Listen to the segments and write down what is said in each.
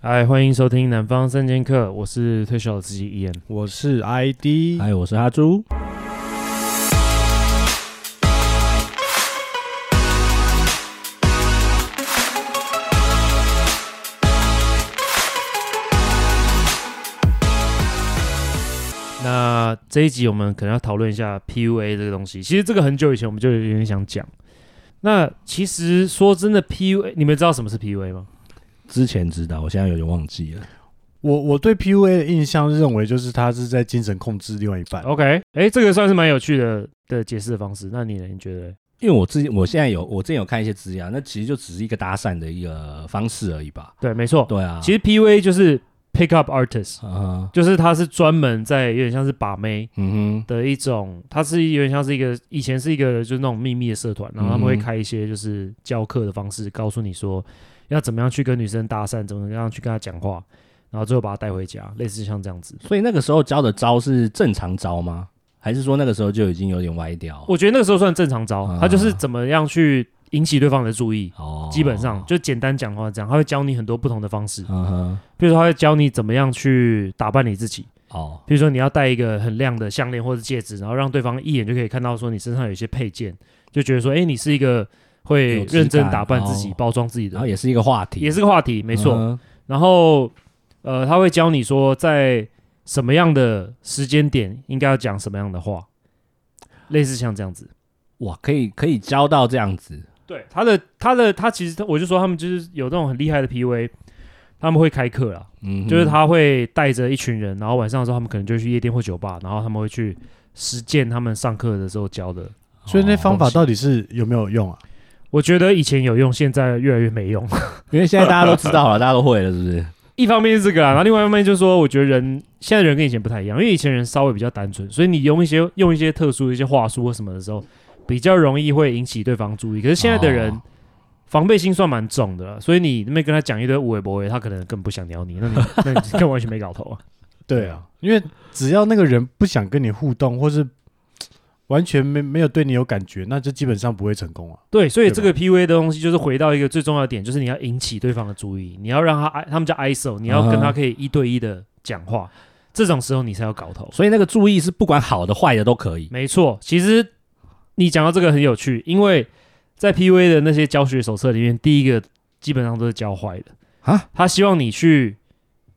嗨，欢迎收听《南方三剑客》，我是退休老司机 Ian。我是 ID，嗨，我是阿朱。那这一集我们可能要讨论一下 PUA 这个东西。其实这个很久以前我们就有点想讲。那其实说真的，PUA 你们知道什么是 PUA 吗？之前知道，我现在有点忘记了。我我对 PUA 的印象认为就是他是在精神控制另外一半。 OK，哎，这个算是蛮有趣的的解释的方式。那你呢？你觉得嘞？因为我自己，我现在有，我之前有看一些资料，那其实就只是一个搭讪的一个方式而已吧。对，没错。对啊，其实实 PUA 就是 Pick Up Artist，啊，就是他是专门在有点像是把妹嗯哼，的一种，他是有点像是一个以前是一个就是那种秘密的社团，然后他们会嗯哼开一些就是教课的方式，告诉你说要怎么样去跟女生搭讪，怎么样去跟她讲话，然后最后把她带回家，类似像这样子。所以那个时候教的招是正常招吗？还是说那个时候就已经有点歪掉？我觉得那个时候算正常招啊，他就是怎么样去引起对方的注意。哦基本上，就简单讲话这样，他会教你很多不同的方式，嗯哼，比如说他会教你怎么样去打扮你自己，哦，比如说你要戴一个很亮的项链或者戒指，然后让对方一眼就可以看到说你身上有一些配件，就觉得说，哎、你是一个会有质感认真打扮自己、哦包装自己的然后，也是一个话题，也是个话题，没错。嗯哼然后，呃，他会教你说在什么样的时间点应该要讲什么样的话，类似像这样子。哇，可以可以教到这样子，对，他的他的他其实我就说他们就是有那种很厉害的 PV，他们会开课啦，嗯哼，就是他会带着一群人，然后晚上的时候他们可能就去夜店或酒吧，然后他们会去实践他们上课的时候教的。所以那方法哦，到底是有没有用啊？我觉得以前有用，现在越来越没用。 因为现在大家都知道了，大家都会了，是不是？一方面是这个啊，然后另外一方面就是说，我觉得人现在人跟以前不太一样，因为以前人稍微比较单纯，所以你用一些用一些特殊的一些话术或什么的时候，比较容易会引起对方注意。可是现在的人哦防备心算蛮重的了，所以你那边跟他讲一堆无为不为，他可能更不想鸟你，那你那你更完全没搞头啊。对啊，因为只要那个人不想跟你互动，或是完全没没有对你有感觉，那就基本上不会成功啊。对，所以对这吧个 PUA 的东西就是回到一个最重要的点，就是你要引起对方的注意，你要让他他们叫 ISO，你要跟他啊嗯哼可以一对一的讲话，这种时候你才有搞头。所以那个注意是不管好的坏的都可以。没错，其实你讲到这个很有趣，因为在 PUA 的那些教学手册里面，第一个基本上都是教坏的啊，他希望你去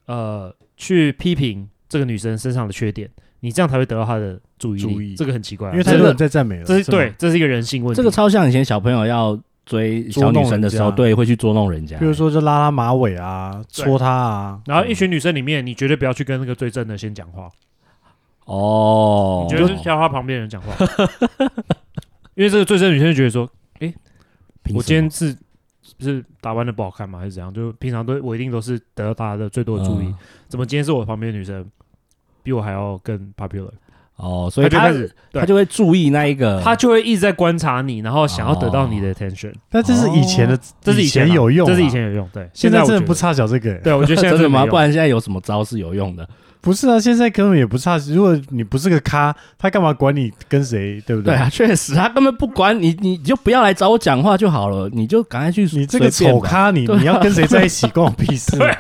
呃去批评这个女生身上的缺点，你这样才会得到她的注意力。注意这个很奇怪啊、因为这太个多人在赞美了，这是是吗对，，这是一个人性问题。这个超像以前小朋友要追小女生的时捉弄人家候，对，会去捉弄人家。比如，说就拉拉马尾啊，对戳他啊，然后一群女生里面，你绝对不要去跟那个最正的先讲话，哦，你绝对是挑她旁边的人讲话， 因为这个最正的女生就觉得说，凭什么我今天是是打扮的不好看吗？还是怎样？就平常都我一定都是得到大家的最多的注意，嗯怎么今天是我旁边的女生比我还要更 popular？哦，所以他就他开始对他就会注意那一个，她就会一直在观察你，然后想要得到你哦的 attention。但这是以前的，这是以前啊有用啊，这是以前有用，对。哦现在在我真的觉不得，差小这个欸。对我觉得现在 真的吗？没有不然现在有什么招是有用的？不是啊，现在根本也不差。如果你不是个咖，他干嘛管你跟谁，对不对啊，确实，他根本不管你，你你就不要来找我讲话就好了，你就赶快去你这个随便丑吧，咖，你啊你要跟谁在一起，关我屁事啊。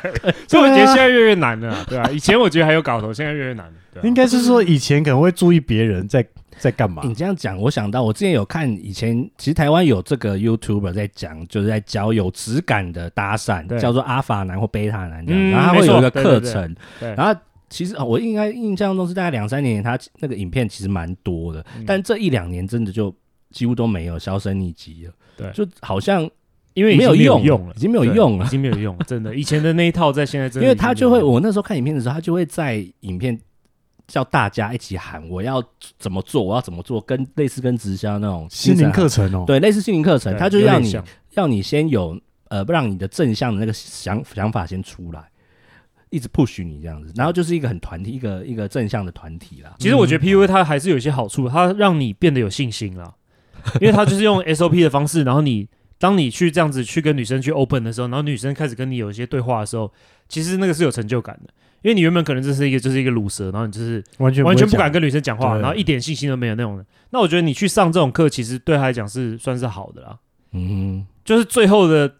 所以我觉得对啊现在越来越难了啊，对啊，以前我觉得还有搞头，现在越来越难了。对啊应该是说以前可能会注意别人在在干嘛嗯你，这样讲，我想到我之前有看以前，其实台湾有这个 YouTuber 在讲，就是在教有质感的搭讪对，叫做阿法男或贝塔男这样，嗯然后他会有一个没错对对课对程，对然后。其实哦我应该印象中是大概两三年前，他那个影片其实蛮多的，嗯但这一两年真的就几乎都没有销声匿迹了。对就好像因为已经没有用用了，已经没有对用了已经没有用了，真的。以前的那一套在现在真因的，为他就会，我那时候看影片的时候，他就会在影片叫大家一起喊我要怎么做，我要怎么做，跟类似跟直销那种心灵精神课程哦。对，类似心灵课程，对他就有要点你像要你先有呃，让你的正向的那个想想法先出来，一直 push 你这样子，然后就是一个很团体，一个一个正向的团体啦。其实我觉得 PUA 它还是有一些好处，它让你变得有信心啦，因为它就是用 SOP 的方式，然后你当你去这样子去跟女生去 open 的时候，然后女生开始跟你有一些对话的时候，其实那个是有成就感的，因为你原本可能就是一个就是一个卤蛇，然后你就是完全完全不会讲敢跟女生讲话，对然后一点信心都没有那种人。那我觉得你去上这种课，其实对他来讲是算是好的啦，嗯就是最后的。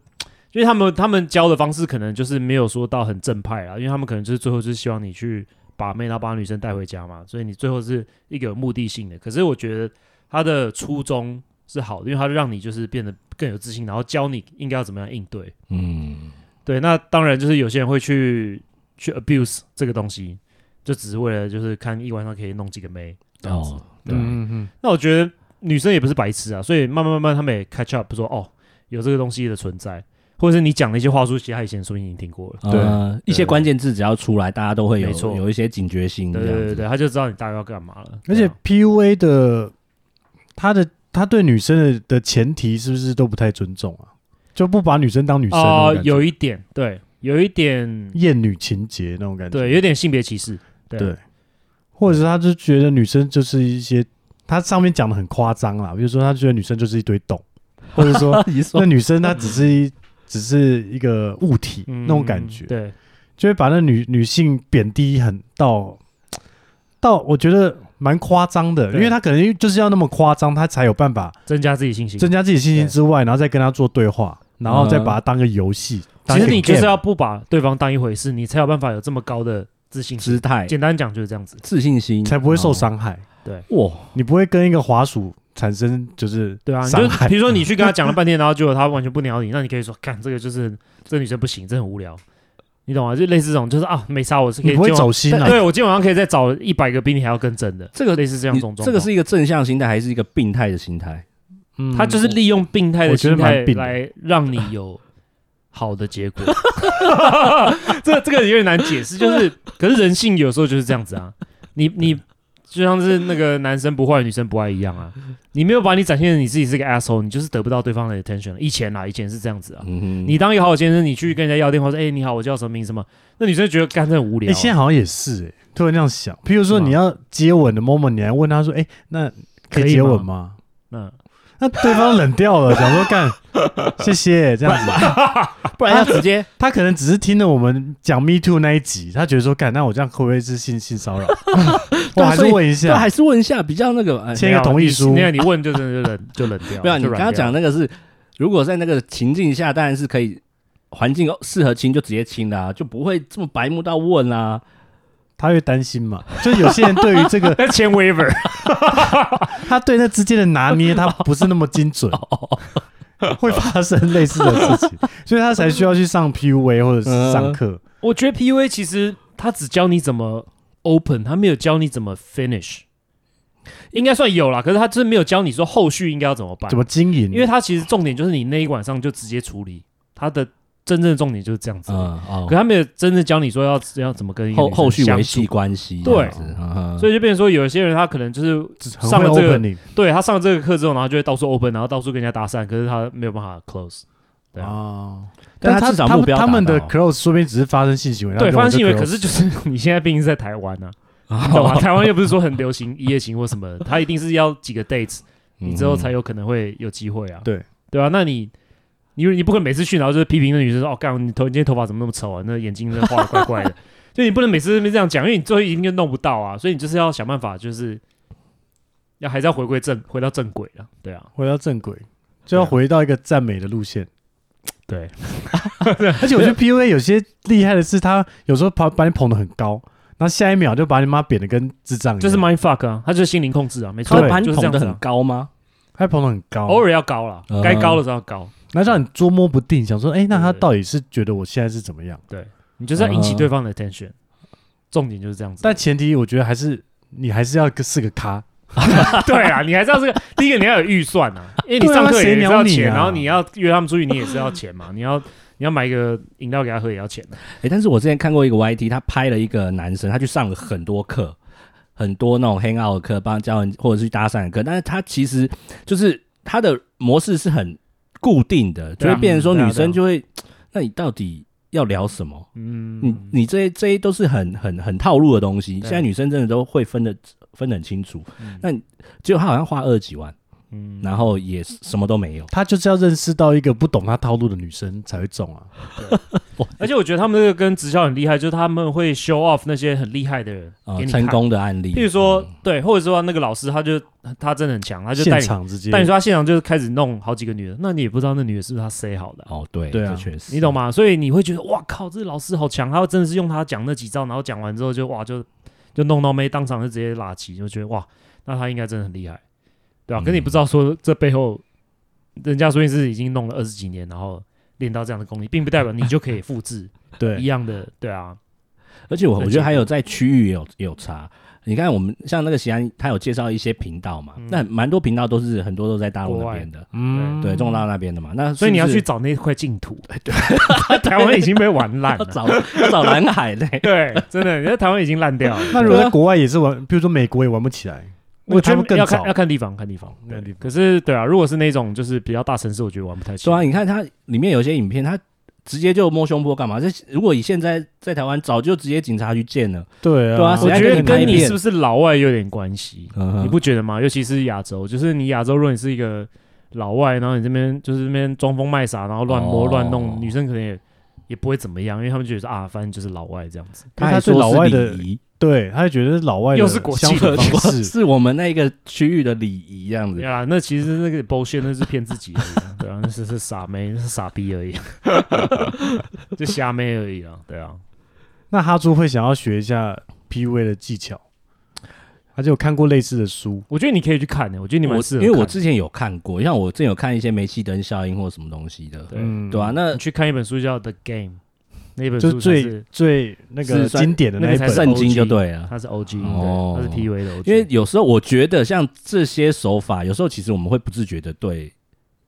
因为他们他们教的方式可能就是没有说到很正派啊，因为他们可能就是最后就是希望你去把妹，然后把女生带回家嘛，所以你最后是一个有目的性的。可是我觉得他的初衷是好的，因为他让你就是变得更有自信，然后教你应该要怎么样应对。嗯，对，那当然就是有些人会去去 abuse 这个东西，就只是为了就是看一晚上可以弄几个妹这样子。哦，对对，嗯嗯那我觉得女生也不是白痴啊，所以慢慢慢慢他们也 catch up，说哦有这个东西的存在，或者是你讲的一些话术，其实她以前说不定已经听过啊了。呃，一些对关键字只要出来，大家都会有没错有一些警觉心，对这对样对子。对，她就知道你大概要干嘛了。而对且啊 PUA 的他的他对女生的的前提是不是都不太尊重啊？就不把女生当女生哦、那种感觉有一点对，有一点厌女情节那种感觉，对，有点性别歧视。对对，或者是他就觉得女生就是一些，他上面讲的很夸张啦，比如说他觉得女生就是一堆洞，或者说 你那说女生她只是一 只是一个物体、嗯那种感觉，对，就会把那女女性贬低很到到，我觉得蛮夸张的，对因为她可能就是要那么夸张，她才有办法增加自己信心。增加自己信心对之外，然后再跟她做对话，然后再把它当个游戏。当其一实个你就是 game 要不把对方当一回事，你才有办法有这么高的自信心。姿态、简单讲就是这样子，自信心，才不会受伤害，哦。哇，你不会跟一个滑鼠产生就是对啊，你伤就害比如说你去跟他讲了半天，然后结果他完全不鸟你，那你可以说，看这个就是这个女生不行，这很无聊，你懂吗？就类似这种，就是啊，没差，我是可你以不会今晚走心啊。对我今晚上可以再找一百个比你还要更正的，这个类似这样你这种状况这个是一个正向心态，还是一个病态的心态？嗯他就是利用病态的我觉得心态蛮病的来让你有好的结果。 这个这个有点难解释，就是可是人性有时候就是这样子啊，你你就像是那个男生不坏女生不爱一样啊，你没有把你展现的你自己是个 asshole，你就是得不到对方的 attention 了。以前啦，以前是这样子啊。嗯哼，你当一个好先生，你去跟人家要电话说：“哎、你好，我叫什么名字吗？”那女生觉得干这很无哎、聊啊、现在好像也是哎、突然这样想，譬如说是吗你要接吻的 moment，你还问他说：“哎、那可可以以接吗吻吗？”嗯，那对方冷掉了，想说 干，谢谢这样子。不然要直接他可能只是听了我们讲 Me Too 那一集，他觉得说干，那我这样会不会是性性 骚扰？我对啊还是所以问一对，下还，是问一下比较那个哎，签个同意书那。啊样你问就真的就冷就冷掉了。不然你哦就刚软刚掉讲了那个是，如果在那个情境下，当然是可以。环境哦适合亲就直接亲的啊，就不会这么白目到问啊。他会担心嘛？就有些人对于这 个，那签 waiver，他对那之间的拿捏，他不是那么精 准，会发生类似的事情，所以他才需要去上 PUA 或者是上课。我觉得 PUA 其实他只教你怎么 open，他没有教你怎么 finish，应该算有啦，可是他真的没有教你说后续应该要怎么办，怎么经嗯营？因为他其实重点就是你那一晚上就直接处理，他的真正的重点就是这样子。嗯可哦，他没有真正教你说要要怎么跟一个后女生后续相维处系，关系对这样子，嗯所以以就变成说，有一些人他可能就是很上会了这个 opening 对他上了这个课之后，然后就会到处 open，然后到处跟人家搭讪，可是他没有办法 close。对啊哦。但他他至少他目们标达他们的到 close 说不定只是发生性行为，对，他发们现就行为，可 close 是就是 你现在毕竟是在台湾 啊，你懂吗？台湾又不是说很流行一夜情或什么的，他一定是要几个 dates，你嗯之后才有可能会有机会啊。对对啊，那你你你不可能每次去然后就是批评那女生说哦，干你头你今天头发怎么那么丑啊？那眼睛那画的怪怪 的，就你不能每次都这样讲，因为你最后一定就弄不到啊，所以你就是要想办法，就是要还是要回归正回到正轨了。对啊，回到正轨，就要回到一个赞美的路线。 对， 而且我觉得 PUA 有些厉害的是，他有时候把把你捧得很高，然后下一秒就把你妈贬得跟智障一样，就是 mind fuck 啊，他就是心灵控制啊，没他错会把，你就是这捧样得子很啊。高吗？他捧得很高，偶尔要高了嗯，该高的时候要高，然后让你捉摸不定，想说，哎，那他对到底是觉得我现在是怎么样？你就是要引起嗯对方的 attention。重点就是这样子。但前提我觉得还是你还是要是个咖，对啊，你还是要这个。第一个你要有预算啊， 因为你对啊上课也谁是鸟要你钱，啊然后你要约他们出去，你也是要钱嘛。你要你要买一个饮料给他喝也要钱的。哎、但是我之前看过一个 YT，他拍了一个男生，他去上了很多课，很多那种 hang out 的课，帮教人或者是去搭讪的课，但是他其实就是他的模式是很固定的，就对啊会变成说嗯对啊女对生啊就会，那你到底要聊什么？嗯，你你这些这些都是很很很套路的东西，对现在女生真的都会分的分得很清楚。嗯那结果他好像花二十几万，嗯，然后也什么都没有。他就是要认识到一个不懂他套路的女生才会中啊。而且我觉得他们这个跟直销很厉害，就是他们会 show off 那些很厉害的人呃给，你看成，功的案例，譬如说嗯对，或者说那个老师他就他真的很强，他就带现你场直接，但你说他现场就是开始弄好几个女的，那你也不知道那女的是不是他塞好的啊、哦，对，对啊这确实，你懂？吗？所以你会觉得哇靠，这老师好强，他真的是用他讲那几招，然后讲完之后就哇就就弄到妹，当场就直接拉起，就觉得哇，那他应该真的很厉害，对吧、啊？可你不知道说这背后，人家说定是已经弄了二十几年，然后练到这样的功力，并不代表你就可以复制一对样的，对啊，而且我那我觉结得还有在区域也有也有差。你看，我们像那个西安，他有介绍一些频道嘛，那蛮多频道都是很多都在大嗯陆国那外边的，嗯对，中到那边的嘛。那所以你要是不去是找那块净土，对，台湾已经被玩烂要了， 找要找蓝海嘞，对，真的，人家台湾已经烂掉了。那如果在国外也是玩，比如说美国也玩不起来，我觉他们得更要早看。要看地方，看地方，看对地方可是对啊，如果是那种就是比较大城市，我觉得玩不太起对啊，来。你看它里面有些影片，它直接就摸胸部干嘛？这如果以现在在台湾，早就直接警察局见了。对啊，对啊我谁还觉得跟你嗯拍跟你片是不是老外有点关系，你你不觉得吗？尤其是亚洲，就是你亚洲，如果你是一个老外，然后你这边就是这边装疯卖傻，然后乱摸哦乱弄，女生可能也也不会怎么样，因为他们觉得说啊，反正就是老外这样子。他他还对说老是外的礼仪，对，他就觉得是老外的又是国际相处的方式， 是我们那个区域的礼仪这样对子。啊，那其实那个 bullshit 那是骗自己而已啊，对啊，那是是傻妹，那是傻逼而已，啊 就瞎妹而已啊，对啊。那哈猪会想要学一下 PUA 的技巧，而且有看过类似的书，我觉得你可以去看欸的、我觉得你蛮我适合因看，为我之前有看过，像我之前有看一些煤气灯效应或什么东西的，对嗯对啊，那你去看一本书叫《The Game》，那本就书才是最是最那个是算经典的那个一才本是《圣经 OG 就对了。它是 OG，、哦对，它是 PUA 的 OG。因为有时候我觉得像这些手法，有时候其实我们会不自觉的对，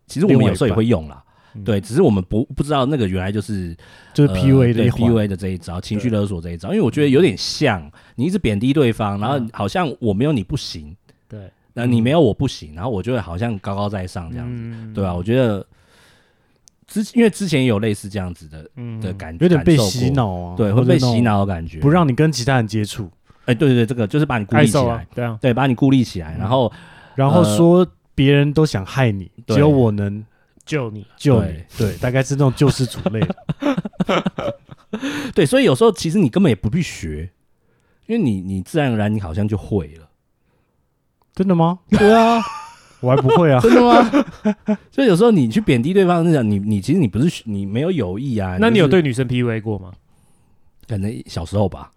其实我们有时候也会用啦另外一半嗯。对，只是我们不不知道那个原来就是就是 PUA 呃的对一环。 PUA 的这一招，情绪勒索这一招，因为我觉得有点像你一直贬低对方，然后嗯好像我没有你不行，对，那嗯你没有我不行，然后我就会好像高高在上这样子，嗯对吧、啊我觉得之因为之前也有类似这样子的嗯的感觉，有点被感受过洗，脑啊，对，或会者被那种洗，脑的感觉，不让你跟其他人接触，哎，对对对，这个就是把你孤爱立起受啊来，，对啊，对，把你孤立起来，然后然后呃说别人都想害你，对只有我能救你。救你，对，大概是那种救世主类的，对，所以有时候其实你根本也不必学，因为你你自然而然你好像就会了。真的吗？对啊，我还不会 啊，真的吗？ 所以有时候你去贬低对方，是讲你你其实你不是你没有有意啊。那你有就对是女生 PUA 过 吗？可能小时候吧？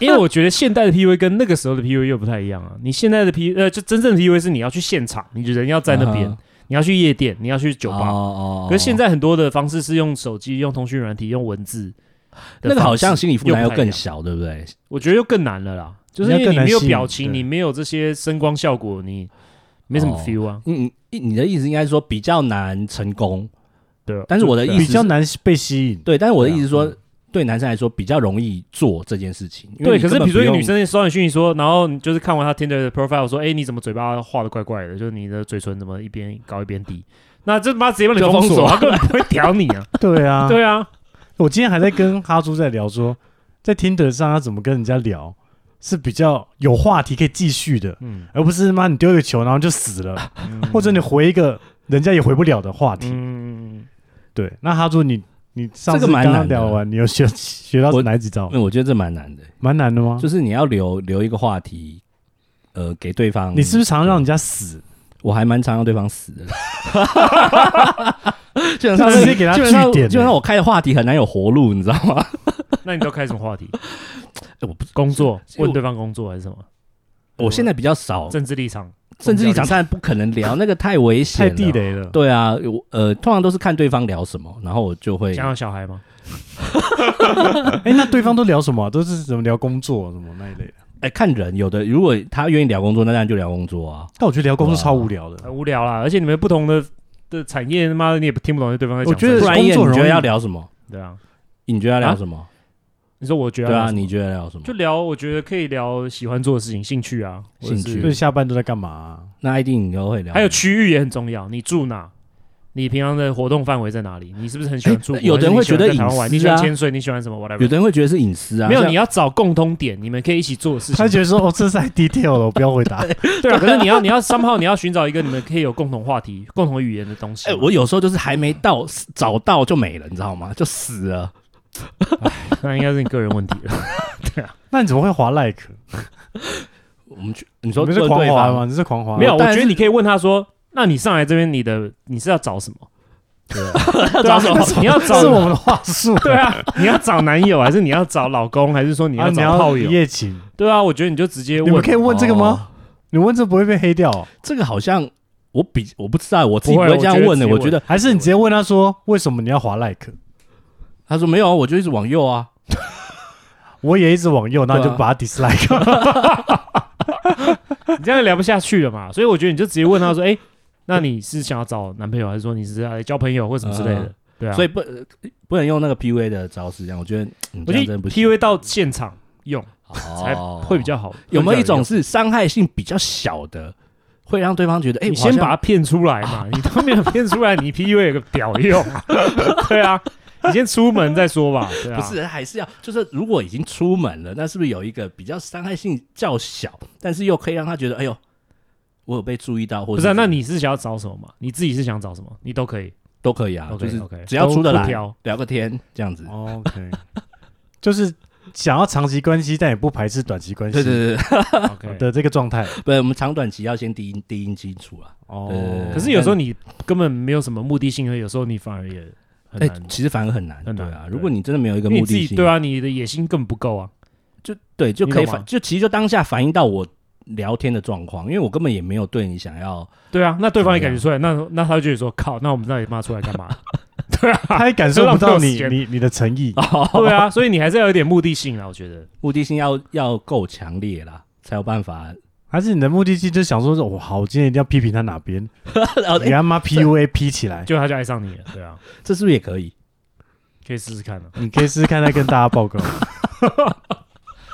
因为我觉得现代的 PUA 跟那个时候的 PUA 又不太一样啊。你现在的 P 呃，就真正的 PUA 是你要去现场，你人 要在那边，嗯哼你要去夜店，你要去酒哦吧。哦可是现在很多的方式是用手机、用通讯软体、用文字的方式，那个好像心理负担又不又太一更样小，对不对？我觉得又更难了啦，就是因你为要更你难没有吸引表情，对你没有这些声光效果，你没什么哦 feel 啊。嗯，你你的意思应该是说比较难成功，对啊，但是我的对啊意思比是较难被吸 引，对。但是我的对啊意思是说，对男生来说比较容易做这件事情。嗯因为对，你可是根本比如说一个不用女，生收你讯息说，然后你就是看完她 Tinder 的 profile 说，哎，你怎么嘴巴画的怪怪的？就是你的嘴唇怎么一边高一边低？那这妈直接把你就封封锁，锁她根本不会屌你 啊！对啊，对啊，我今天还在跟哈猪在聊说，在 Tinder 上要怎么跟人家聊是比较有话题可以继续的，嗯， 而不是妈你丢一个球然后就死了，嗯或者你回一个人家也回不了的话题。嗯，对，那哈猪你你上这次个蛮刚难的刚聊完，你有学学到哪几招因？为我觉得这蛮难的，蛮难的吗就？是你要留留一个话题，呃，给对方。你是不是常让人家死？我还蛮常让对方死的， 基本就直接给他基本上据点欸啊基本上我开的话题很难有活路，你知道吗？那你都开什么话 题？哎我不，工作？是问对方工作还是什么？我现在比较少，政治立场？甚至立宗场教当然不可能聊，那个太危险，太地。雷了。对啊，我呃，通常都是看对方聊什么，然后我就会立场？想要小孩吗？哎，那对方都聊什么啊？都是怎么聊工作什么那一类的？哎看人，有的如果他愿意聊工作，那当然就聊工作啊。但我觉得聊工作超无聊的很。无聊啦，而且你们不同的的产业，他妈的你也不听不懂对方在讲我什觉么。得不然，你工作容易觉得要聊什么？对啊，你觉得要聊什么？你说我觉得对啊，什么你觉得要聊什么就？聊，我觉得可以聊喜欢做的事情、兴趣啊，或者是兴趣就是下班都在干嘛啊？那一定你都会聊。还有区域也很重要，你住哪？你平常的活动范围在哪里？你是不是很喜欢出国？哎有的人会觉还得是你喜欢在台湾玩，你隐喜私啊欢潜水，你喜欢什么有 whatever？的人会觉得是隐私啊，没有，像你要找共通点，你们可以一起做的事情他。觉得说哦，这是太 detail 了，我不要回答。 对啊，可是你要你要 somehow 你要寻找一个你们可以有共同话题、共同语言的东西哎、嘛。我有时候就是还没到找到就没了，你知道吗？就死了。 那应该是你个人问题了。那你怎么会滑 like？我们去，你你说不是问狂对滑方吗？？你是狂滑？没有，我但觉得是你可以问他说：“那你上来这边，你的你是要找什么？”要对啊找什么？ 你要这是我找们的话术。对啊，你要找男友还是你要找老公，还是说你啊，要你找要炮一友？夜情，对啊，我觉得你就直接你们问可以问这个吗？哦？你问这不会被黑掉哦？这个好像我比我不知道，我自己不会会这样我觉得问的。直接我觉得还是你直接问他说为什么你要滑 like？他说没有啊，我就一直往右啊。我也一直往右，那你就对啊把他 dislike。你这样聊不下去了嘛。所以我觉得你就直接问 他说：“哎，那你是想要找男朋友，还是说你是来交朋友或什么之类的嗯？”对啊，所以不呃不能用那个 PUA 的招式，这样我觉得嗯我这觉样真得的不 P 行 V 到现场用才哦会比较好。有没有一种会比较是伤害性比较小的，会让对方觉得哎，用？你我好先像把他骗出来 嘛，你都没有骗出来，你 P U A 有个屌用啊？对啊，你先出门再说吧。对啊，不是，还是要就是，如果已经出门了，那是不是有一个比较伤害性较小，但是又可以让他觉得，哎呦，我有被注意到，或者不是啊、什么那你是想要找什么嘛？你自己是想找什么，你都可以。都可以啊 OK，就是 OK，只要出得都不来挑，聊个天这样子。 OK，就是想要长期关系，但也不排斥短期关对系对对， 对 OK，的这个状态。不是我们长短期要先定义定义清楚啊。哦对可是有时候你根本没有什么目的性，有时候你反而也很哎难。，其实反而很难，很对难啊。对如果你真的没有一个因为你目自的己性，对，啊，你的野心更不够啊。就对，就你可以懂吗反，就其实就当下反映到我聊天的状况，因为我根本也没有对你想要，对啊，那对方也感对啊觉出来，那那他就觉得说靠，那我们到底骂出来干 嘛？对啊，他也感受不到这你浪费我时间你你的诚 哦意，对啊，所以你还是要有点目的性啊，我觉得。目的性要要够强烈啦，才有办 法。还是你的目的性就想说，我好，我今天一定要批评他哪边，哦，给 哎，他妈 PUA 批起来。就他就爱上你 了，对啊，这是不是也可以？可以试试看啊。你可以试试看，再跟大家报告。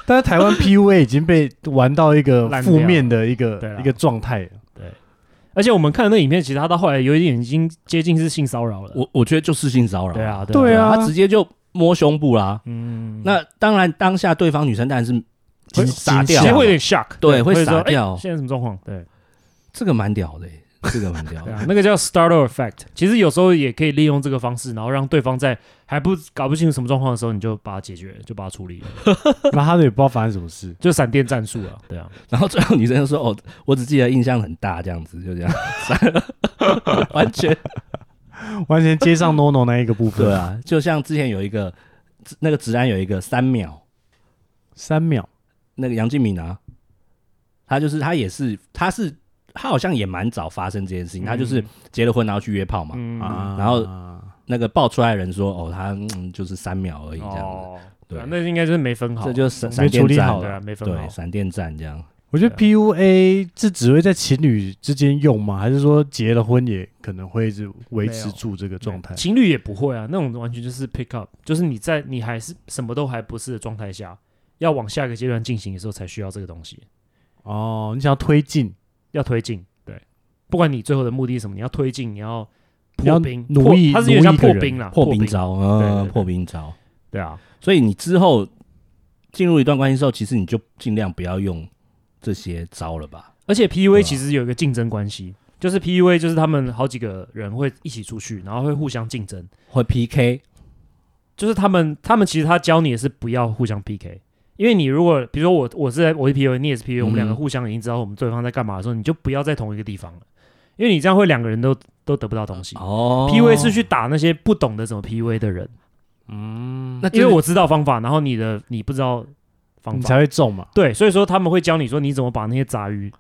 但是台湾 PUA 已经被玩到一个烂掉负面的一个对啊啦一个状态了，而且我们看的那影片，其实他到后来有一点已经接近是性骚扰了。我我觉得就是性骚扰。对啊，对啊他直接就摸胸部啦。嗯，那当然，当下对方女生当然是会傻惊啊掉其吓实，会有点 shock，对会说傻哎掉哦现在什么状况？对。这个蛮屌的欸，这个蛮屌对 的。啊，那个叫 startle effect。其实有时候也可以利用这个方式，然后让对方在还不搞不清楚什么状况的时候，你就把它解决，就把它处理了，然后他也不知道发生什么事。就闪电战术啊。对啊，然后最后女生就说：“哦，我只记得印象很大，这样子就这样，完全完全接上 NONO 那一个部分，对啊。就像之前有一个那个治安有一个三秒，三秒，那个杨敬敏啊，他就是他也是他是他好像也蛮早发生这件事情，他就是结了婚然后去约炮嘛，嗯啊然后那个爆出来的人说：哦，他、嗯、就是三秒而已这样子。”哦，对啊，对那应该就是没分好，这就是闪没闪处电理战好对啊，没分好对，。闪电战这样。我觉得对啊 PUA 这只会在情侣之间用吗？还是说结了婚也可能会一直维持住这个状态对？情侣也不会啊，那种完全就是 pick up，就是你在你还是什么都还不是的状态下，要往下一个阶段进行的时候，才需要这个东西，哦，你想要推进，要推进。对，不管你最后的目的是什么，你要推进，你要你要破冰，奴破役它是有点像奴役一个啊破人冰啦，破冰冰，招，对对嗯，对破冰招。对啊，所以你之后进入一段关系之后，其实你就尽量不要用这些招了吧？而且对 PUA 啊其实有一个竞争关系，就是 PUA 就是他们好几个人会一起出去，然后会互相竞争。会 PK，就是他们，他们其实他教你也是不要互相 PK，因为你如果比如说我我是在我是 PUA，你也是 PUA，、我们两个嗯互相已经知道我们对方在干嘛的时候，你就不要在同一个地方了，因为你这样会两个人都都得不到东西。哦 PUA 是去打那些不懂得怎么 PUA 的人，嗯，那因为就是我知道方法，然后你的你不知道方你法，才会中嘛。对，所以说他们会教你说你怎么把那些杂鱼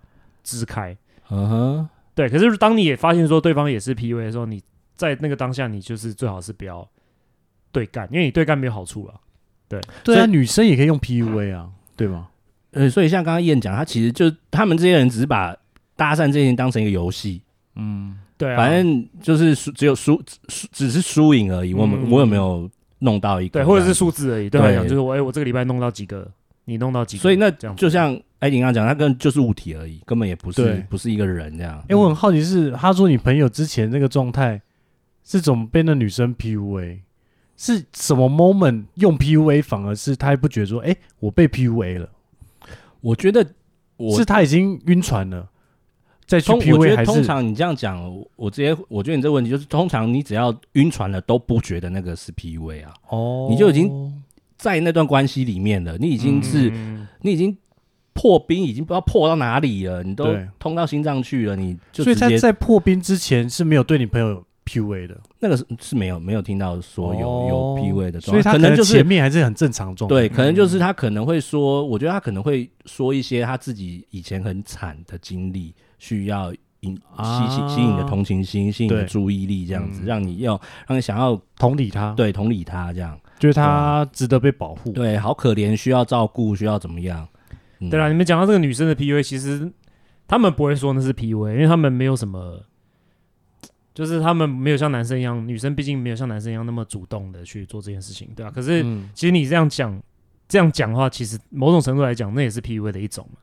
支开。嗯哼，对，可是当你也发现说对方也是 PUA 的时候，你在那个当下，你就是最好是不要对干，因为你对干没有好处了。对所啊，女生也可以用 PUA 啊，对吗？呃，所以像刚刚燕讲，他其实就他们这些人只是把搭讪这件事当成一个游戏，对啊，反正就是输，只有输，输只是输赢而已。我们嗯我有没有弄到一个对，这样？或者是数字而已。对他对来讲，就是我哎、我这个礼拜弄到几个，你弄到几个，所以那这样子就像艾迪刚刚讲，他根本就是物体而已，根本也不对是不是一个人这样。哎，我很好奇是，他说你朋友之前那个状态，是怎么被那女生 PUA？是什么 moment 用 PUA，反而是他还不觉得说，哎、我被 PUA 了，我觉得我是他已经晕船了，再去通我觉 PUA 得还通是常你这样讲，我我直接我觉得你这个问题就是，通常你只要晕船了都不觉得那个是 PUA 啊，哦你就已经在那段关系里面了，你已经是、嗯你已经破冰，已经不知道破到哪里了，你都对通到心脏去了，你就所以直他接在破冰之前是没有对你朋友 PUA 的，那个是是没有没有听到说有、哦有 PUA 的状所以况，他可能就是前面嗯还是很正常的状态。对，可能就是他可能会说，我觉得他可能会说一些他自己以前很惨的经历，需要引吸吸吸引你的啊同情心，吸引你的对嗯注意力，这样子、让你要让你想要同理他，对同理他这样，觉得他值得被保护。对，好可怜，需要照顾，需要怎么样？嗯对啦，啊你们讲到这个女生的 PUA，其实他们不会说那是 PUA，因为他们没有什么，就是他们没有像男生一样，女生毕竟没有像男生一样那么主动的去做这件事情，对吧、啊可是、嗯其实你这样讲，这样讲的话，其实某种程度来讲，那也是 PUA 的一种嘛。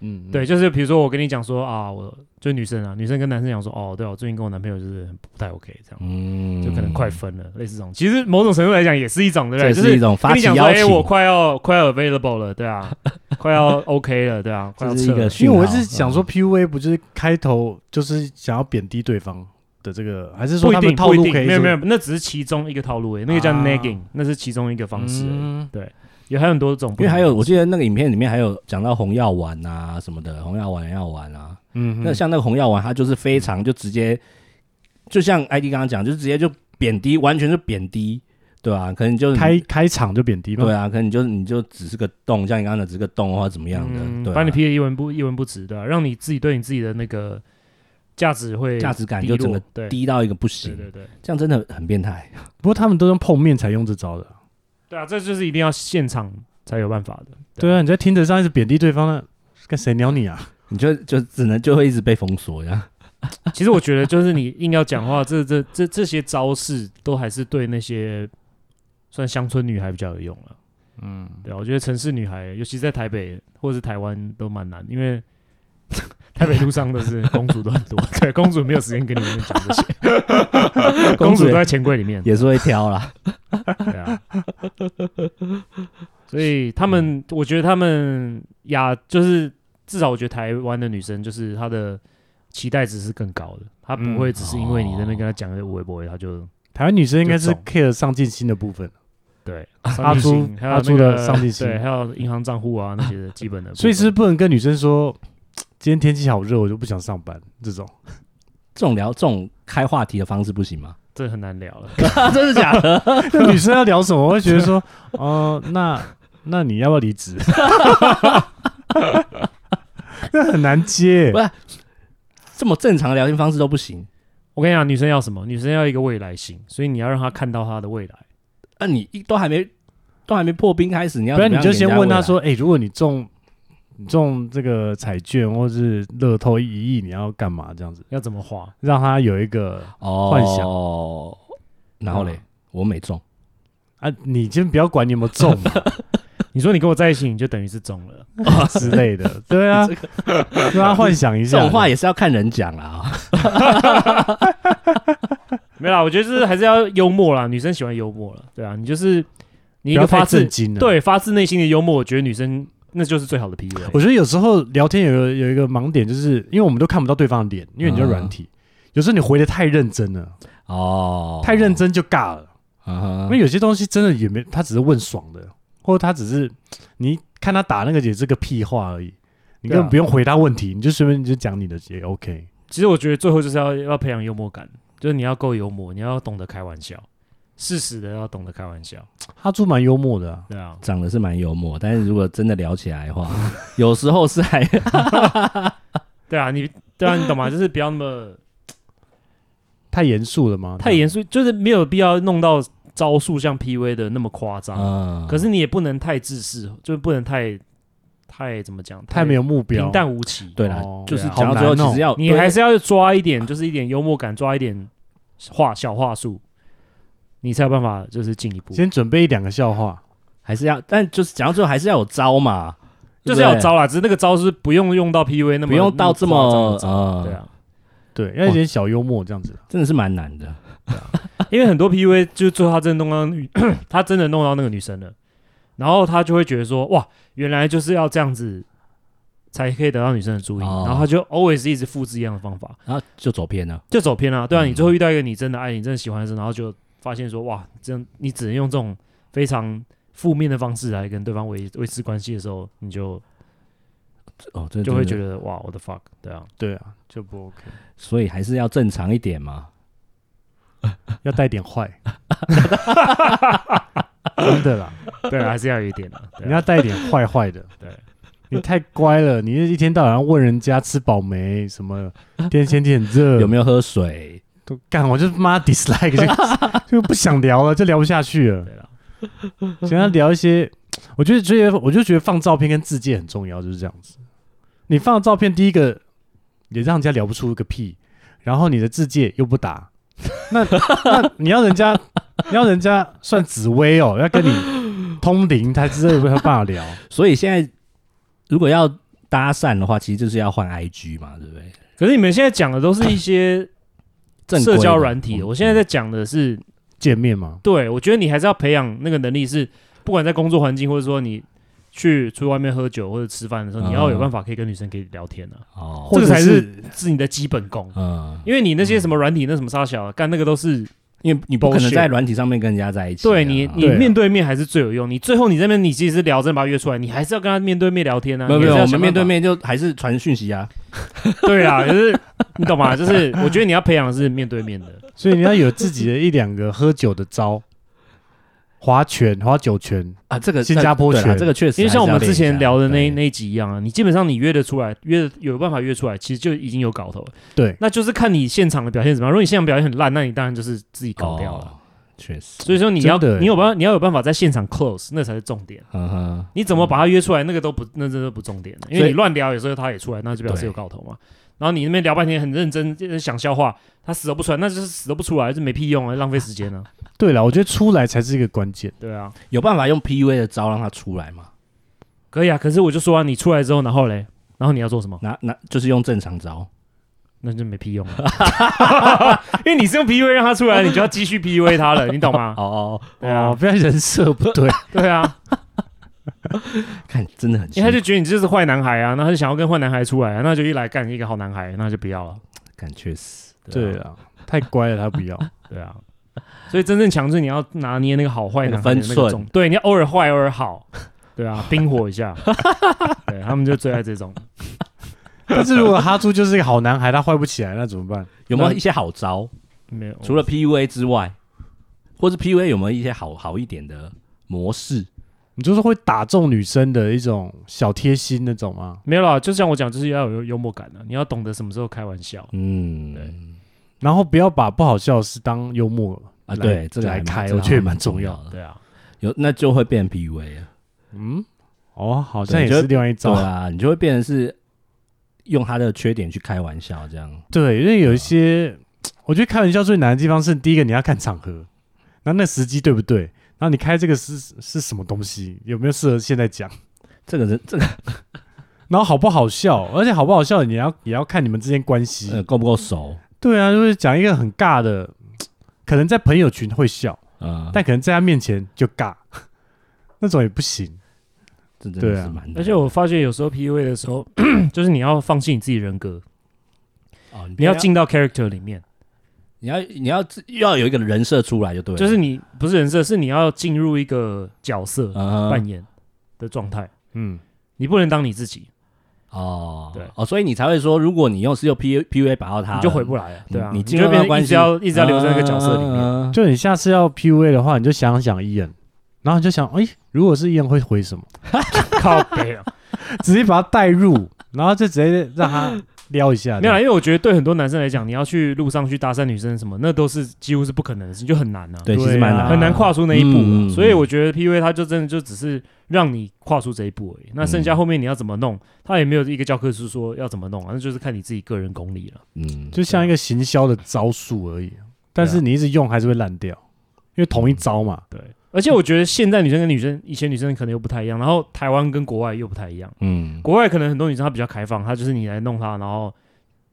嗯，对，就是比如说我跟你讲说啊，我就女生啊，女生跟男生讲说，哦，对啊、我最近跟我男朋友就是很不太 OK，这样。嗯就可能快分了，类似这种，其实某种程度来讲也是一种，对不对？就这也是一种发跟你起讲说，邀哎、请，我快要快要 available 了，对啊， 快要 OK 了，对啊， 快要这是撤一个了讯因为我号是想嗯说 PUA 不就是开头就是想要贬低对方的这个，还是说他们的套不一路定，可以没有没有说，那只是其中一个套路而已，那个叫啊 nagging，、那是其中一个方式而已，嗯有还有很多种不同因为的方还式，有，我记得那个影片里面还有讲到红药丸啊什么的，红药丸药丸啊，嗯哼那像那个红药丸，它就是非常就直接，就像 ID 刚刚讲，就直接就贬低，完全是贬低，对吧、可能嗯就是开开场就贬低嘛对，啊，可能你就你就只是个洞，像你刚刚讲只是个洞或者怎么样的，对、嗯啊，把你批的一文不一文不值，对吧、啊让你自己对你自己的那个价值会价值感低就落整个对低到一个不行对，对对这样真的很变态。不过他们都用碰面才用这招的。对啊，这就是一定要现场才有办法的，对啊，你在听着上一直贬低对方的，跟谁鸟你 啊？你就就只能就会一直被封锁呀，其实我觉得，就是你硬要讲话，这这这这些招式都还是对那些算乡村女孩比较有用了。嗯，对啊，我觉得城市女孩，尤其在台北或者是台湾都蛮难，因为 台北路上都是公主都很多， 对，公主没有时间跟你们讲这些， 公主都在钱柜里面，也是会挑啦。 对啊。所以他们，我觉得他们呀，就是至少我觉得台湾的女生，就是她的期待值是更高的，她不会只是因为你在那边跟她讲的微博，她就台湾女生应该是就中 care 上进心的部分，对阿朱啊上进心还有阿朱的那个上进心对，还有银行账户啊那些的基本的部分，所以是不能跟女生说今天天气好热，我就不想上班 这种。这种聊这种开话题的方式不 行吗？ 这很难聊了。真的假的？那女生要聊什么？我会觉 得说，哦、那那你要不要离职？那很难接不，是这么正常的聊天方式都不行。我跟你讲，女生要什么？女生要一个未来型，所以你要让她看到她的未来。那、你一都还没都还没破冰开始，你要不然怎么你样就先给人家问未他来说，哎、如果你中你中这个彩券或是乐透一亿，你要干嘛？这样子要怎么画？让他有一个哦，幻想嗯然后嘞，我没中，啊，你先不要管你有没有中嘛 你说你跟我在一起，你就等于是中了。之类的，对啊，让他幻想一这下种话也是要看人讲啦啊。没啦，我觉得就是还是要幽默啦，女生喜欢幽默了，对啊，你就是你一不个要太发自震惊了。，啊对发自内心的幽默，我觉得女生那就是最好的 PUA。我觉得有时候聊天有一个有一个盲点，就是因为我们都看不到对方的脸，因为你就软体。有时候你回的太认真了，嗯哦，太认真就尬了。啊因哈为有些东西真的也没，他只是问爽的，或者他只是你看他打那个也是个屁话而已，你根对本啊不用回答问题，你就随便你就讲你的也 OK。其实我觉得最后就是要要培养幽默感，就是你要够幽默，你要懂得开玩笑，适时的要懂得开玩笑，哈猪蛮幽默的啊、对啊，长得是蛮幽默，但是如果真的聊起来的话， 有时候 是还对啊，你对啊，你懂吗？就是不要那 么太严肃了吗？太严肃，就是没有必要弄到招数像 PUA 的那么夸张，啊啊嗯，可是你也不能太自私，就是不能太太怎么讲，太没有目标，平淡无奇，对啦哦，就是对啊讲到最后好难哦其实要你还是要抓一点，就是一点幽默感，抓一点话小话术，你才有办法就是进一步，哦先准备一两个笑话，还是要，但就是讲到最后还是要有招嘛，就是要有对不对招啦。只是那个招是不用用到 PUA 那么不用到这那么夸张么的招，对呃，啊，对，要一点小幽默这样子。真的是蛮难的。因为很多 PUA 就是最后他真的弄到女，他真的弄到那个女生了，然后他就会觉得说，哇，原来就是要这样子才可以得到女生的注意，哦然后他就 always 一直复制一样的方法，然后就走偏了。就走偏了、对啊，嗯你最后遇到一个你真的爱你、真的喜欢的人，然后就发现说，哇，这样你只能用这种非常负面的方式来跟对方维维持关系的时候，你就哦，嗯这就会觉得，得哇，我的 fuck，对啊，对啊，就不 OK，所以还是要正常一点嘛。要带点坏， 真的啦，对啊，还是要有一点的，对你啊要带点坏坏的。对，啊你太乖了，你一天到晚问人家吃饱没，什么天天气很嗯热，有没有喝水？都干，我就妈 dislike 这个，就不想聊了，就聊不下去了。对啦想要聊一些，我就觉得，我就觉得放照片跟字界很重要，就是这样子。你放照片，第一个也让人家聊不出个屁，然后你的字界又不打，那 那你要人家，你要人家算紫薇哦，要跟你通灵才知道有没有办法聊。所以现在如果要搭讪的话，其实就是要换 IG 嘛，对不对？可是你们现在讲的都是一 些正规社的哦交软体，嗯我现在在讲的是，见面嘛，对我觉得你还是要培养那个能力是，不管在工作环境，或者说你去出去外面喝酒或者吃饭的时候，嗯你要有办法可以跟女生可以聊天啊，哦，这或个者才是是是你的基本功。嗯，因为你那些什么软体，那什么沙小啊干那个都是因为你不可能 Bullshit 在软体上面跟人家在一起啊、对你，你对面对面还是最有用。你最后你这边你即使是聊，真的把他约出来，你还是要跟他面对面聊天啊。没有你没还是有，要我想们办面法对面就还是传讯息啊。对啊，可是你懂吗？就是我觉得你要培养的是面对 面的，所以你要有自己的一两个喝酒的招，划拳、划酒拳，啊，这个新加坡对啦拳这个确实因为还是要练一下，像我们之前聊的那对那一集一样啊，你基本上你约得出来，约得有办法约出来，其实就已经有搞头了。对，那就是看你现场的表现怎么样。如果你现场表现很烂，那你当然就是自己搞掉了。哦，确实，所以说你要真的欸你有办法，你要有办法在现场 close，那才是重点。嗯哼，你怎么把他约出来，那个都不，那真的不重点了，因所为以你乱聊，有时候他也出来，那就表示有搞头嘛。然后你那边聊半天，很认真就是想笑话，他死都不出来，那就是死都不出来，就没屁用啊，浪费时间 啊。对了，我觉得出来才是一个关键。对啊，有办法用 PUA 的招让他出来吗？可以啊。可是我就说啊，你出来之后，然后嘞，然后你要做什么？那那就是用正常招，那就没屁用了， 因为你是用 PUA 让他出来，你就要继续 PUA 他了，你懂吗？ 哦，对啊哦，，不要人设不对，对啊， 看真的很辛因苦，为他就觉得你就是坏男孩啊，那他就想要跟坏男孩出来、啊，那就一来干一个好男孩，那就不要了，感确实，对啊了，太乖了，他不 要。对啊。所以真正强制你要拿捏那个好坏男孩的那那个个重分寸，对，你要偶尔坏，偶尔好， 对啊，冰火一 下，对他们就最爱这种。但是如果哈猪就是一个好男孩，他坏不起来，那怎么办？有没有一些好招？没有，除了 PUA 之外，或是 PUA 有没有一些好好一点的模式？你就是会打中女生的一种小贴心那种啊吗？没有啦，就像我讲，就是要有幽默感啊，你要懂得什么时候开玩笑。对嗯，然后不要把不好笑的事当幽默来啊，对，这个来还蛮开，这个我觉得还蛮蛮重重要要的，对啊，有那就会变 PUA 啊，嗯，哦，好像也对是就另外一对招。啊，你就会变成是用他的缺点去开玩笑这样。对，啊因为有一些，我觉得开玩笑最难的地方是，第一个你要看场合，然后那时机对不对，然后你开这个是是什么东西，有没有适合现在讲，这个人，这个然后好不好笑，而且好不好笑你要也要看你们之间关系。呃够不够熟？对啊，就是讲一个很尬的，可能在朋友群会笑，嗯，但可能在他面前就尬， 那种也不行。这真对的啊是蛮难的。而且我发觉有时候 PUA 的时候， 就是你要放弃你自己人格，啊哦，你不你要，进到 character 里面，你要你要自要有一个人设出来就对了，就是你不是人设，是你要进入一个角色嗯扮演的状态，嗯，你不能当你自己，哦，对哦，所以你才会说，如果你用是用 P P U A 把到他，你就回不来了，对啊，你进就入变到成关一系直要一直要留在那个角色里面，面，就你下次要 PUA 的话，你就想想伊恩，然后你就想，哎、如果是伊恩会回什么， 靠北 啊，直接把他带入，然后就直接让 他撩一下。没有啦，这样因为我觉得对很多男生来讲，你要去路上去搭讪女生什么，那都是几乎是不可能的事情，就很难啊，对，对其实蛮啊难，很难跨出那一步啊、嗯嗯所以我觉得 PUA 它就真的就只是让你跨出这一步而已。那剩下嗯后面你要怎么弄，它也没有一个教科书说要怎么弄啊，那就是看你自己个人功力了。嗯，就像一个行销的招数而已，但是你一直用还是会烂掉，因为同一招嘛。对，而且我觉得现在女生跟女生以前女生可能又不太一样，然后台湾跟国外又不太一样。嗯，国外可能很多女生她比较开放，她就是你来弄她，然后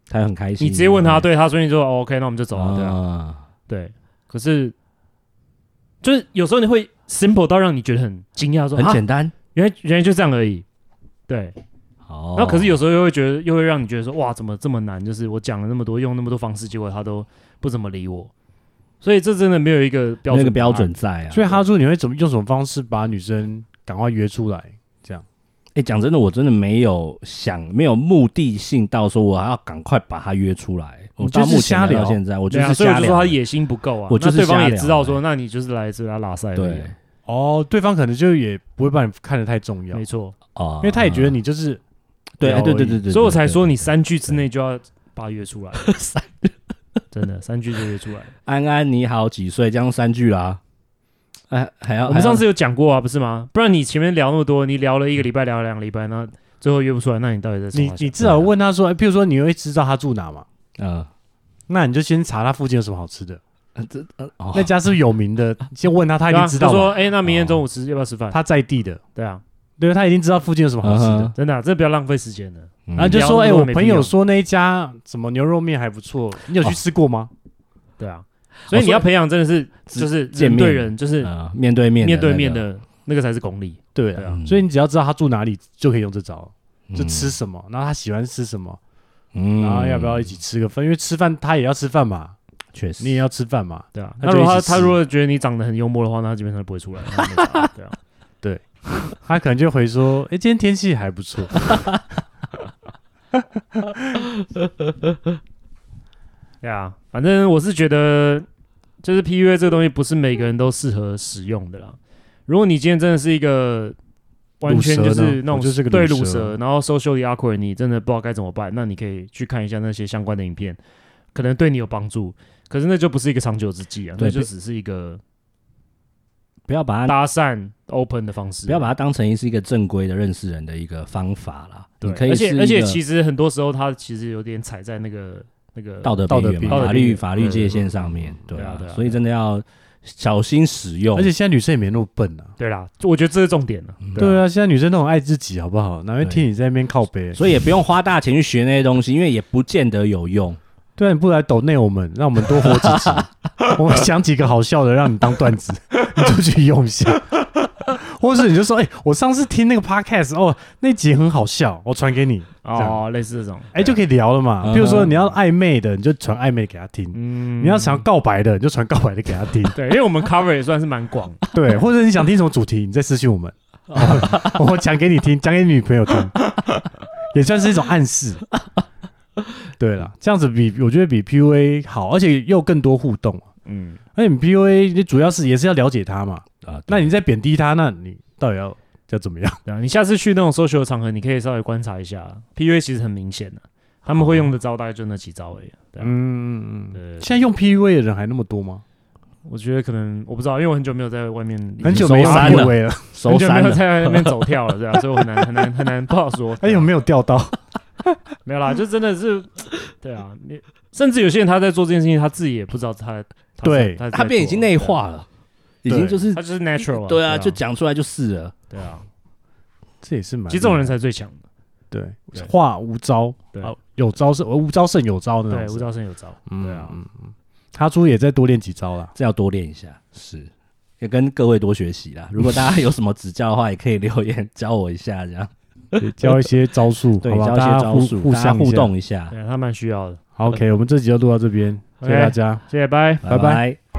他很开心，你直接问她，对她说你就哦 OK，那我们就走啊，对啊，啊，对。可是就是有时候你会 simple 到让你觉得很惊讶，说很啊，简单。原来原来就这样而已。对，哦然后可是有时候又会觉得，又会让你觉得说，哇，怎么这么难？就是我讲了那么多，用那么多方式，结果他都不怎么理我。所以这真的没有一个标准答案，那个标准在啊。所以哈猪，你会怎么用什么方式把女生赶快约出来？哎、讲真的，我真的没有想没有目的性到说我要赶快把他约出来。我你就到是目前瞎来到聊现在，我就对啊，是所以我瞎就聊说的。他野心不够啊。我就是那对瞎方也聊知道的说，那你就是来这来拉塞而已对啊，哦，对方可能就也不会把你看得太重要，没因错。哦，为他也觉得你就是对聊哎对对而已对对，哦所以我对才对说对你三句之内就要把约出 来，真的三句就约出来。安安你好几岁，这样三句啦。哎、还要我们还要上次有讲过啊，不是吗？不然你前面聊那么多，你聊了一个礼拜，聊了两个礼拜，那最后约不出来，那你到底在你冲啥你小至少问他说，哎，譬如说你会知道他住哪嘛？嗯，那你就先查他附近有什么好吃的，呃这呃哦那家是不是有名的，先问他，他一对啊定知道他说：“嘛。哎、那明天中午吃、要不要吃饭他在地的，？”对啊，对，他一定知道附近有什么好吃嗯的哼。真的啊、这不要浪费时间了。嗯然后就聊说：“哎、那么多我没朋必要友说那一家什么牛肉面还不错，你有去吃过吗对啊，所以哦你要培养真的是只就是见人对面人，就是呃面对面面对那面个，的那个才是公理。？”对对啊，啊所以你只要知道他住哪里，就可以用这招，嗯就吃，什么，然后他喜欢吃什么，嗯然后要不要一起吃个饭？因为吃饭他也要吃饭嘛，确实你也要吃饭嘛。对啊，那那就如果一他起他吃如果觉得你长得很幽默的话，那他基本上就不会出来。那没差对啊，他可能就回说：“哎、今天天气还不错。对啊，反正我是觉得，就是 PUA 这个东西不是每个人都适合使用的啦。如果你今天真的是一个完全乳就蛇呢是那种我就是个对乳乳蛇蛇，然后 socially awkward，你真的不知道该怎么办，那你可以去看一下那些相关的影片，可能对你有帮助。可是那就不是一个长久之计啊，对那就不只是一个不要把它搭讪 open 的方式，不要把它当成是一个正规的认识人的一个方法啦。对你可以而且是而且一个其实很多时候他其实有点踩在那个那个道德道边德缘边嘛道德法边律缘法对律对界对限上面，对对啊啊对啊，所以真的要小心使用。嗯而且现在女生也没那么笨啊。对啦，我觉得这是重点了。对啊，现在女生都很爱自己，好不好？哪会听你在那边靠背？所以也不用花大钱去学那些东西，因为也不见得有用。对啊，你不来抖内我们， 让我们多活几集，我们想几个好笑的让你当段子， 你就去用一下。或是你就说，哎、我上次听那个 podcast 哦，那集很好笑，我传给你，这哦，类似这种，哎、就可以聊了嘛。嗯比如说你要暧昧的，你就传暧昧给他听；嗯你要想告白的，你就传告白的给他听。对，因为我们 cover 也算是蛮广， 对，或者你想听什么主题，你再私信我 们，我讲给你听，讲给你女朋友听，也算是一种暗示。对了，这样子比我觉得比 PUA 好，而且又更多互动。嗯，而且你 PUA 你主要是也是要了解他嘛，啊，那你在贬低他，那你到底要要怎么样？对啊，你下次去那种 social 的场合，你可以稍微观察一下，PUA 其实很明显的，他们会用的招大概就那几招而已。对啊，哦嗯，对，现在用 PUA 的人还那么多吗？我觉得可能我不知道，因为我很久没有在外面，很久收没用山了 PUA 了，收很久没山有了，在外面走跳 了，对啊，所以我很难很难很难不好说。啊哎，有没有钓到？没有啦，就真的是，对啊，你甚至有些人他在做这件事情，他自己也不知道他，他对他在他变已经做内，化了，已对经就对是他就是 natural，对啊，就讲出来就是了。对啊，这也是蛮其实这种人才最强的，对对话无招，对啊有招是无招胜有招的那对，种无是吧，招胜有招，嗯对啊，嗯嗯哈猪也再多练几招 啦。这要多练一下，是也跟各位多学习啦。如果大家有什么指教的话，也可以留言教我一下，这样教一些招数，对好，吧，教一大家些招互数，互大家相一互下。动一下。对啊，他蛮需要的。好 OK，我们这集就录到这边，谢谢 OK 大家。谢谢，拜。拜拜拜。